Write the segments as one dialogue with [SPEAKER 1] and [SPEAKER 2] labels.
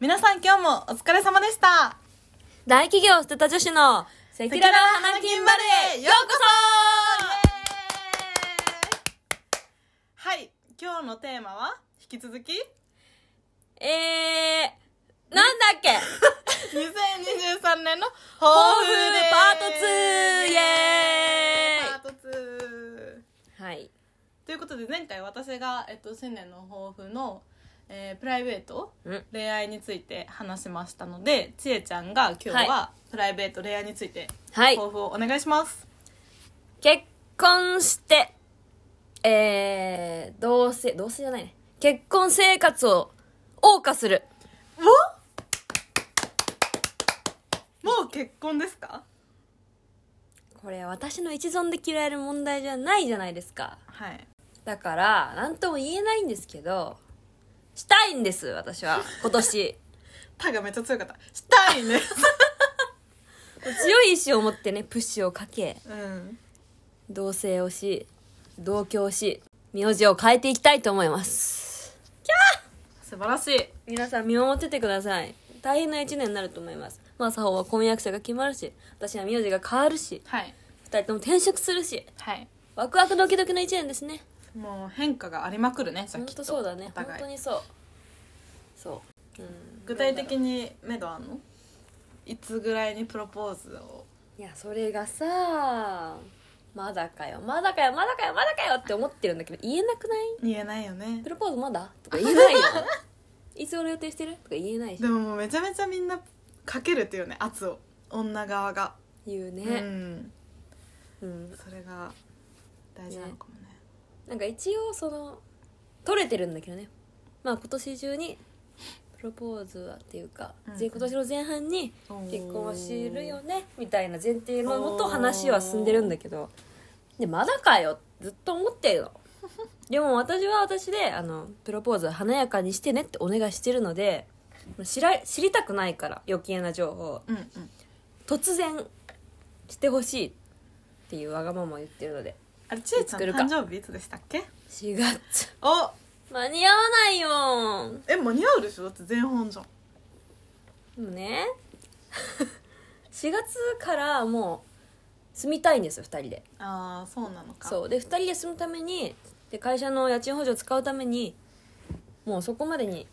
[SPEAKER 1] 皆さん今日もお疲れ様でした
[SPEAKER 2] 大企業を捨てた女子の赤裸々花金バレーようこ
[SPEAKER 1] はい今日のテーマは引き続き
[SPEAKER 2] そえー、なんだっけ
[SPEAKER 1] 2023年の
[SPEAKER 2] 抱
[SPEAKER 1] 抱
[SPEAKER 2] 負パート 2! イエ
[SPEAKER 1] パート2
[SPEAKER 2] ーイはい。
[SPEAKER 1] ということで前回私が、えっと、新年の抱負の、えープライベート
[SPEAKER 2] うん。
[SPEAKER 1] 恋愛について話しましたのでちえちゃんが今日はプライベート恋愛について
[SPEAKER 2] はい。
[SPEAKER 1] 抱負をお願いします、
[SPEAKER 2] 結婚して、えー、同性、同性じゃないね。結婚生活を謳歌する。
[SPEAKER 1] もう結婚ですか
[SPEAKER 2] これ私の一存で嫌える問題じゃないじゃないですか。
[SPEAKER 1] はい
[SPEAKER 2] だから、なんとも言えないんですけど、したいんです、私は。今年。
[SPEAKER 1] タイがめっちゃ強かったした いね
[SPEAKER 2] 強い意志を持ってね、プッシュをかけ、
[SPEAKER 1] うん
[SPEAKER 2] 同棲をし、同居をし、名字を変えていきたいと思います。
[SPEAKER 1] 素晴らしい
[SPEAKER 2] 皆さん見守っててください。大変な一年になると思います。まあ、作法は婚約者が決まるし、私は名字が変わるし、
[SPEAKER 1] はい
[SPEAKER 2] 二人とも転職するし、
[SPEAKER 1] はい
[SPEAKER 2] ワクワクドキドキの一年ですね。
[SPEAKER 1] もう変化がありまくるねさっ
[SPEAKER 2] 本
[SPEAKER 1] き
[SPEAKER 2] 当そうだね
[SPEAKER 1] お。
[SPEAKER 2] 本
[SPEAKER 1] 互い
[SPEAKER 2] 当にそう。そう。うん
[SPEAKER 1] 具体的に目処あんのいつぐらいにプロポーズを
[SPEAKER 2] いやそれがさまだかよまだかよまだかよまだかよって思ってるんだけど言えなくない
[SPEAKER 1] 言えないよね
[SPEAKER 2] プロポーズまだとか言えないよいつ俺予定してるとか言えないし
[SPEAKER 1] でももうめちゃめちゃみんなかけるっていうね圧を女側が
[SPEAKER 2] 言う
[SPEAKER 1] う
[SPEAKER 2] ね、
[SPEAKER 1] ん
[SPEAKER 2] うん
[SPEAKER 1] それが大事なのかもね
[SPEAKER 2] なんか一応その取れてるんだけどねまあ今年中にプロポーズはっていうか、
[SPEAKER 1] うんうん
[SPEAKER 2] ぜ今年の前半に
[SPEAKER 1] おー
[SPEAKER 2] 結婚はするよねみたいな前提のもと話は進んでるんだけどでまだかよずっと思ってるのでも私は私であのプロポーズは華やかにしてねってお願いしてるので知ら知りたくないから余計な情報
[SPEAKER 1] うんうん
[SPEAKER 2] 突然してほしいっていうわがままを言ってるので
[SPEAKER 1] あれちえちゃん
[SPEAKER 2] 作るか
[SPEAKER 1] 誕生日いつでしたっけ
[SPEAKER 2] 4月
[SPEAKER 1] お
[SPEAKER 2] 間に合わないよ
[SPEAKER 1] え間に合うでしょだって前半じゃん
[SPEAKER 2] でも ね4月からもう住みたいんですよ2人で
[SPEAKER 1] ああそうなのか
[SPEAKER 2] そうで2人で住むためにで会社の家賃補助を使うためにもうそこまでに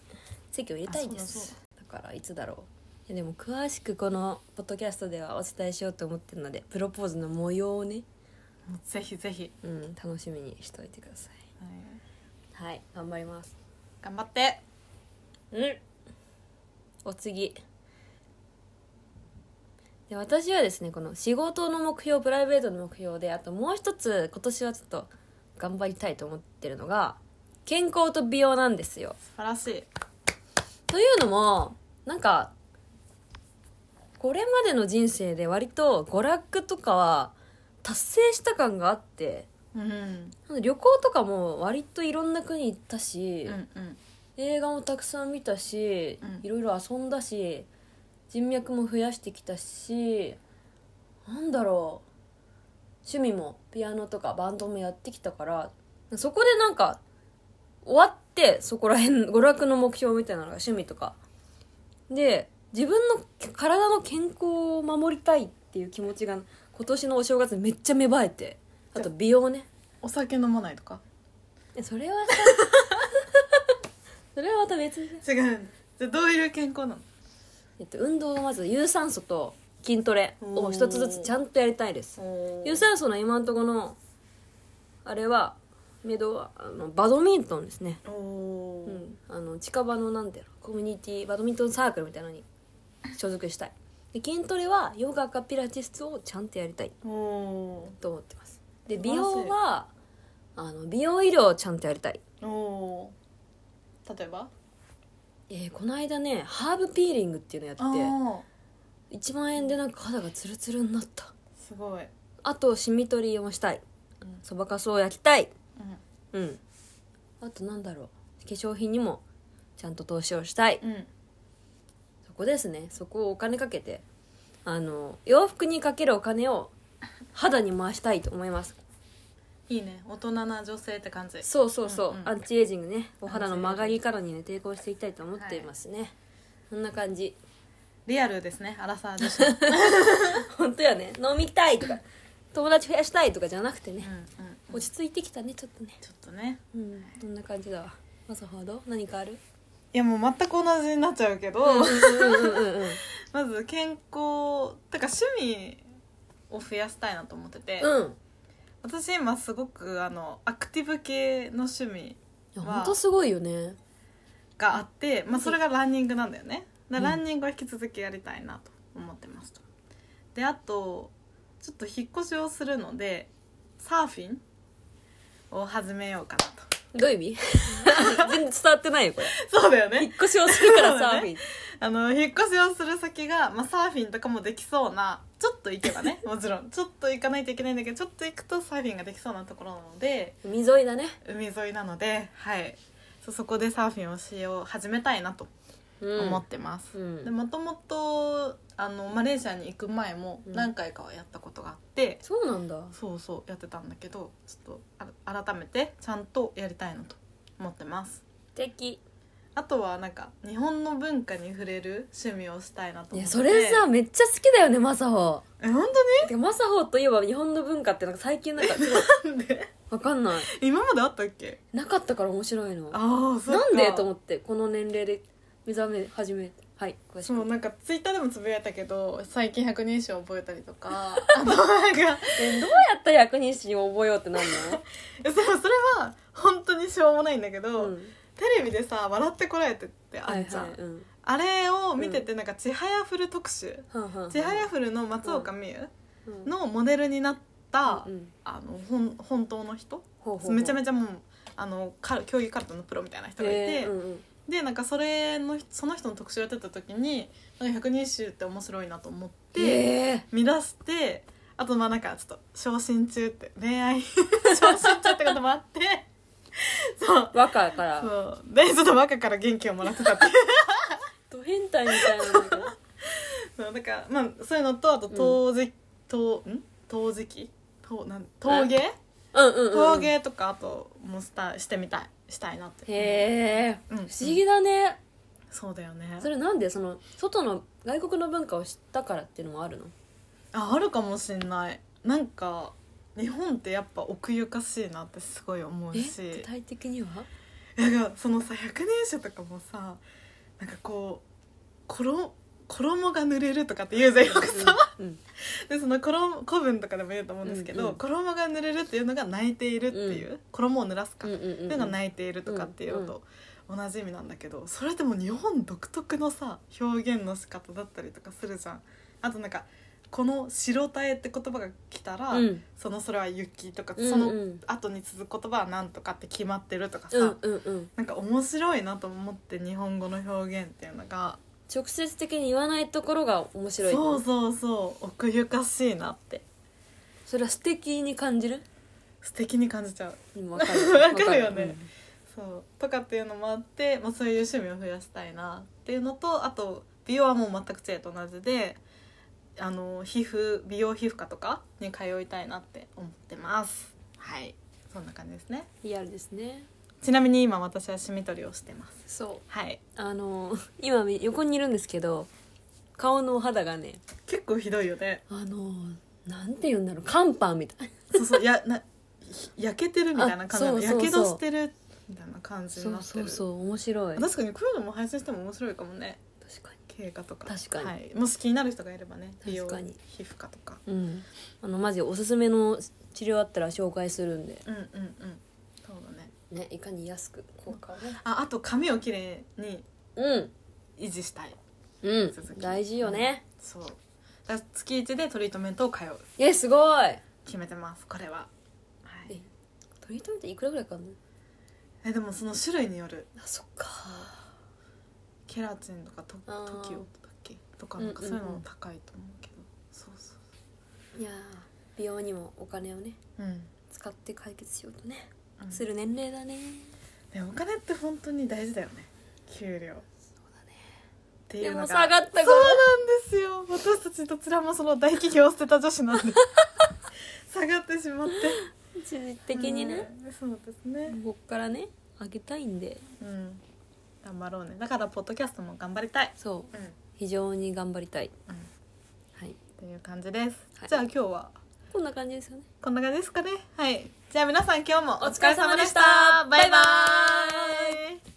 [SPEAKER 2] 席を入れたいんで
[SPEAKER 1] あそう
[SPEAKER 2] すだからいつだろういやでも詳しくこのポッドキャストではお伝えしようと思ってるのでプロポーズの模様をね、
[SPEAKER 1] もうぜひぜひ、
[SPEAKER 2] うん、楽しみにしておいてください
[SPEAKER 1] はい
[SPEAKER 2] はい頑張ります
[SPEAKER 1] 頑張って
[SPEAKER 2] うんお次で私はですねこの仕事の目標プライベートの目標であともう一つ今年はちょっと頑張りたいと思ってるのが健康と美容なんですよ
[SPEAKER 1] 素晴らしい
[SPEAKER 2] というのもなんかこれまでの人生で割と娯楽とかは達成した感があって
[SPEAKER 1] うん
[SPEAKER 2] 旅行とかも割といろんな国行ったし、
[SPEAKER 1] うんうん
[SPEAKER 2] 映画もたくさん見たし、
[SPEAKER 1] うん
[SPEAKER 2] いろいろ遊んだし人脈も増やしてきたしなんだろう趣味もピアノとかバンドもやってきたからそこでなんか終わってそこら辺娯楽の目標みたいなのが趣味とかで自分の体の健康を守りたいっていう気持ちが今年のお正月めっちゃ芽生えてあと美容ね
[SPEAKER 1] お酒飲まないとか
[SPEAKER 2] えそれは さそれはまた別に
[SPEAKER 1] 違うじゃあどういう健康なの
[SPEAKER 2] えっと、運動はまず有酸素と筋トレを一つずつちゃんとやりたいです有酸素の今のところのあれはメドはあのバドミントンですね、
[SPEAKER 1] おお
[SPEAKER 2] う
[SPEAKER 1] ー、
[SPEAKER 2] ん、あの近場のなんだろうコミュニティバドミントンサークルみたいなのに所属したいで筋トレはヨガかピラティスをちゃんとやりたい
[SPEAKER 1] お
[SPEAKER 2] と思ってますで
[SPEAKER 1] 素晴
[SPEAKER 2] 美
[SPEAKER 1] らしい
[SPEAKER 2] 容はあの美容医療をちゃんとやりたい
[SPEAKER 1] ーおー例えば
[SPEAKER 2] えーこの間ねハーブピーリングっていうのやって
[SPEAKER 1] あ
[SPEAKER 2] 1万円でなんか肌がツルツルになった
[SPEAKER 1] ーすごい、
[SPEAKER 2] あとシミ取りをしたい
[SPEAKER 1] うん
[SPEAKER 2] そばかすを焼きたい
[SPEAKER 1] うん
[SPEAKER 2] うんあとなんだろう化粧品にもちゃんと投資をしたい
[SPEAKER 1] うん
[SPEAKER 2] そこですねそこをお金かけてあの洋服にかけるお金を肌に回したいと思います
[SPEAKER 1] いいね大人な女性って感じ
[SPEAKER 2] そうそうそう、
[SPEAKER 1] うんうん
[SPEAKER 2] アンチエイジングねお肌の曲がりからにね抵抗していきたいと思っていますね、そんな感じ
[SPEAKER 1] リアルですねアラサー 女子、うん
[SPEAKER 2] 本当やね飲みたいとか友達増やしたいとかじゃなくてね
[SPEAKER 1] うん、
[SPEAKER 2] 落ち着いてきたねちょっとね
[SPEAKER 1] ちょっとね
[SPEAKER 2] うんそんな感じだわまさほど何かある
[SPEAKER 1] いやもう全く同じになっちゃうけど、
[SPEAKER 2] うんうんうん
[SPEAKER 1] まず健康てか趣味を増やしたいなと思ってて、
[SPEAKER 2] うんうん
[SPEAKER 1] 私今すごくあのアクティブ系の趣味
[SPEAKER 2] いや本当すごいよね
[SPEAKER 1] があって、まあ、
[SPEAKER 2] ん
[SPEAKER 1] それがランニングなんだよねだから
[SPEAKER 2] うん
[SPEAKER 1] ランニングは引き続きやりたいなと思ってますとであとちょっと引っ越しをするのでサーフィンを始めようかな
[SPEAKER 2] どういう意味 全然伝わってないよこれ
[SPEAKER 1] とそうだよ
[SPEAKER 2] 引っ
[SPEAKER 1] ね
[SPEAKER 2] 越しをするからサーフィン、
[SPEAKER 1] あの引っ越しをする先が、まあ、サーフィンとかもできそうなちょっと行けば ねもちろんちょっと行かないといけないんだけどちょっと行くとサーフィンができそうなところなので
[SPEAKER 2] 海沿いだね
[SPEAKER 1] 海沿いなのではいそうそこでサーフィンをしよう始めたいなと
[SPEAKER 2] うん
[SPEAKER 1] 思ってます、
[SPEAKER 2] うん
[SPEAKER 1] でもともとあのマレーシアに行く前も
[SPEAKER 2] うん
[SPEAKER 1] 何回かはやったことがあって、
[SPEAKER 2] そうなんだ
[SPEAKER 1] そうそうやってたんだけどちょっとあら改めてちゃんとやりたいなと思ってます
[SPEAKER 2] 敵
[SPEAKER 1] あとはなんか日本の文化に触れる趣味をしたいなと思
[SPEAKER 2] い
[SPEAKER 1] っ
[SPEAKER 2] や
[SPEAKER 1] て
[SPEAKER 2] それさめっちゃ好きだよねマサホ
[SPEAKER 1] え本
[SPEAKER 2] てかマサホといえば日本の文化ってなんか最近なんかすごい
[SPEAKER 1] 当になんで
[SPEAKER 2] わかんない
[SPEAKER 1] 今まであったっけ
[SPEAKER 2] なかったから面白いの
[SPEAKER 1] ああそう
[SPEAKER 2] なんでと思
[SPEAKER 1] って
[SPEAKER 2] ってこの年齢で目覚め始めはい詳し
[SPEAKER 1] そう
[SPEAKER 2] く
[SPEAKER 1] なんかツイッターでもつぶやいたけど最近百人一首覚えたりとかあとなんか
[SPEAKER 2] えどうやったら百人一首を覚えようってなん
[SPEAKER 1] そうそれは本当にしょうもないんだけど、
[SPEAKER 2] の、うん、
[SPEAKER 1] テレビでさ「笑ってこらえて」ってあ
[SPEAKER 2] はい
[SPEAKER 1] るじゃん、
[SPEAKER 2] はいうん
[SPEAKER 1] あれを見ててなんか「ちはやふる」特集
[SPEAKER 2] はんはんは
[SPEAKER 1] 「
[SPEAKER 2] ん
[SPEAKER 1] ちはやふる」の松岡美優
[SPEAKER 2] うん
[SPEAKER 1] のモデルになった、
[SPEAKER 2] うん
[SPEAKER 1] あのほん本当の人
[SPEAKER 2] ほうほうほう
[SPEAKER 1] めちゃめちゃもうあのか競技カルタのプロみたいな人がいて、
[SPEAKER 2] へーうんうん
[SPEAKER 1] でなんかそれのその人の特集をやってた時に「なんか百人一首」って面白いなと思って、
[SPEAKER 2] へー
[SPEAKER 1] 見出してあとまあなんかちょっと昇進中って恋愛 昇進中ってこともあってそう
[SPEAKER 2] 和歌から
[SPEAKER 1] そうでちょっと若から元気をもらってたっていう
[SPEAKER 2] ド変態みたいなのが
[SPEAKER 1] そうだからまあそういうのとあと陶磁陶ん陶磁器陶なん陶芸
[SPEAKER 2] うんうん、うん、
[SPEAKER 1] 陶芸とかあともしたしてみたいしたいなって
[SPEAKER 2] へえ、
[SPEAKER 1] うん
[SPEAKER 2] 不思議だね、
[SPEAKER 1] そうだよね
[SPEAKER 2] それなんでその外の外国の文化を知ったからっていうのもあるの
[SPEAKER 1] ああるかもしんないなんか日本ってやっぱ奥ゆかしいなってすごい思う
[SPEAKER 2] え
[SPEAKER 1] し
[SPEAKER 2] 具体的には
[SPEAKER 1] なんかそのさ百年書とかもさなんかこう衣衣が濡れるとかって言うじゃんよくさ、
[SPEAKER 2] うんうん
[SPEAKER 1] でその衣古文とかでも言うと思うんですけど、
[SPEAKER 2] うんうん
[SPEAKER 1] 衣が濡れるっていうのが泣いているっていう、衣を濡らすか、
[SPEAKER 2] うんうんうん
[SPEAKER 1] っていうのが泣いているとかっていうのと同じ意味なんだけどそれでも日本独特のさ表現の仕方だったりとかするじゃんあとなんかこの「白たえ」って言葉が来たら、
[SPEAKER 2] うん
[SPEAKER 1] そのそれは雪とか、
[SPEAKER 2] うんうん
[SPEAKER 1] その後に続く言葉は何とかって決まってるとかさ、
[SPEAKER 2] うんうんうん
[SPEAKER 1] なんか面白いなと思って日本語の表現っていうのが
[SPEAKER 2] 直接的に言わないところが面白い
[SPEAKER 1] そうそうそう奥ゆかしいなって
[SPEAKER 2] それは素敵に感じる
[SPEAKER 1] 素敵に感じちゃう
[SPEAKER 2] うん わかる
[SPEAKER 1] わかるよね
[SPEAKER 2] わか
[SPEAKER 1] そうとかっていうのもあって、まあ、そういう趣味を増やしたいなっていうのとあと美容はもう全く知恵と同じであの皮膚美容皮膚科とかに通いたいなって思ってますはいそんな感じですね
[SPEAKER 2] うんリアルですね
[SPEAKER 1] ちなみに今私はシミ取りをしてます
[SPEAKER 2] そう
[SPEAKER 1] はい
[SPEAKER 2] あの今み横にいるんですけど顔のお肌がね
[SPEAKER 1] 結構ひどいよね
[SPEAKER 2] あのなんて言うんだろう乾板みたい
[SPEAKER 1] そうそうやなひ焼けてるみたいな感じなの
[SPEAKER 2] あ
[SPEAKER 1] や
[SPEAKER 2] そうそ
[SPEAKER 1] け
[SPEAKER 2] うそう
[SPEAKER 1] どしてるみたいな感じに
[SPEAKER 2] そ
[SPEAKER 1] なっ
[SPEAKER 2] う
[SPEAKER 1] てる
[SPEAKER 2] そうそう面白い確
[SPEAKER 1] 確かにこういうのも配信しても面白いかもね
[SPEAKER 2] か
[SPEAKER 1] 経過とか
[SPEAKER 2] 確かに
[SPEAKER 1] はい、もし気になる人がいればね美容
[SPEAKER 2] 確かに
[SPEAKER 1] 皮膚科とか
[SPEAKER 2] にうんあのマジおすすめの治療あったら紹介するんで
[SPEAKER 1] うんうんうんそうだね
[SPEAKER 2] ねいかに安く効果をね
[SPEAKER 1] ああと髪をきれいに
[SPEAKER 2] うん
[SPEAKER 1] 維持したい
[SPEAKER 2] うん
[SPEAKER 1] 続き
[SPEAKER 2] 大事よね
[SPEAKER 1] そうだから月1でトリートメントを通う
[SPEAKER 2] えすごい
[SPEAKER 1] 決めてますこれは、はい、
[SPEAKER 2] えトリートメントいくらぐらいかかんの
[SPEAKER 1] えでもその種類による
[SPEAKER 2] あそっか
[SPEAKER 1] ケラチンとかト
[SPEAKER 2] あー
[SPEAKER 1] トキオだっけとかなんかそういうのも高いと思うけど、そうそう
[SPEAKER 2] いやー美容にもお金をね
[SPEAKER 1] そううん
[SPEAKER 2] 使って解決しようとね
[SPEAKER 1] うん
[SPEAKER 2] する年齢だね
[SPEAKER 1] ねお金って本当に大事だよね給料ってい
[SPEAKER 2] で
[SPEAKER 1] うの
[SPEAKER 2] も
[SPEAKER 1] が
[SPEAKER 2] 下がった
[SPEAKER 1] そ
[SPEAKER 2] か
[SPEAKER 1] う
[SPEAKER 2] ら
[SPEAKER 1] なんですよ私たちどちらもその大企業を捨てた女子なん で下がってしまって
[SPEAKER 2] 一時的にね
[SPEAKER 1] うんそうですね
[SPEAKER 2] ここからねあげたいんで
[SPEAKER 1] うん頑張ろうねだからポッドキャストも頑張りたい
[SPEAKER 2] そう
[SPEAKER 1] うん、
[SPEAKER 2] 非常に頑張りたい、
[SPEAKER 1] うん、っ
[SPEAKER 2] はい、
[SPEAKER 1] ていう感じです、
[SPEAKER 2] はい
[SPEAKER 1] じゃあ今日は
[SPEAKER 2] こんな感じですよね
[SPEAKER 1] こんな感じですかねはいじゃあ皆さん今日も
[SPEAKER 2] お疲れ様でした
[SPEAKER 1] お疲れ様でバイバ
[SPEAKER 2] バイバ
[SPEAKER 1] イ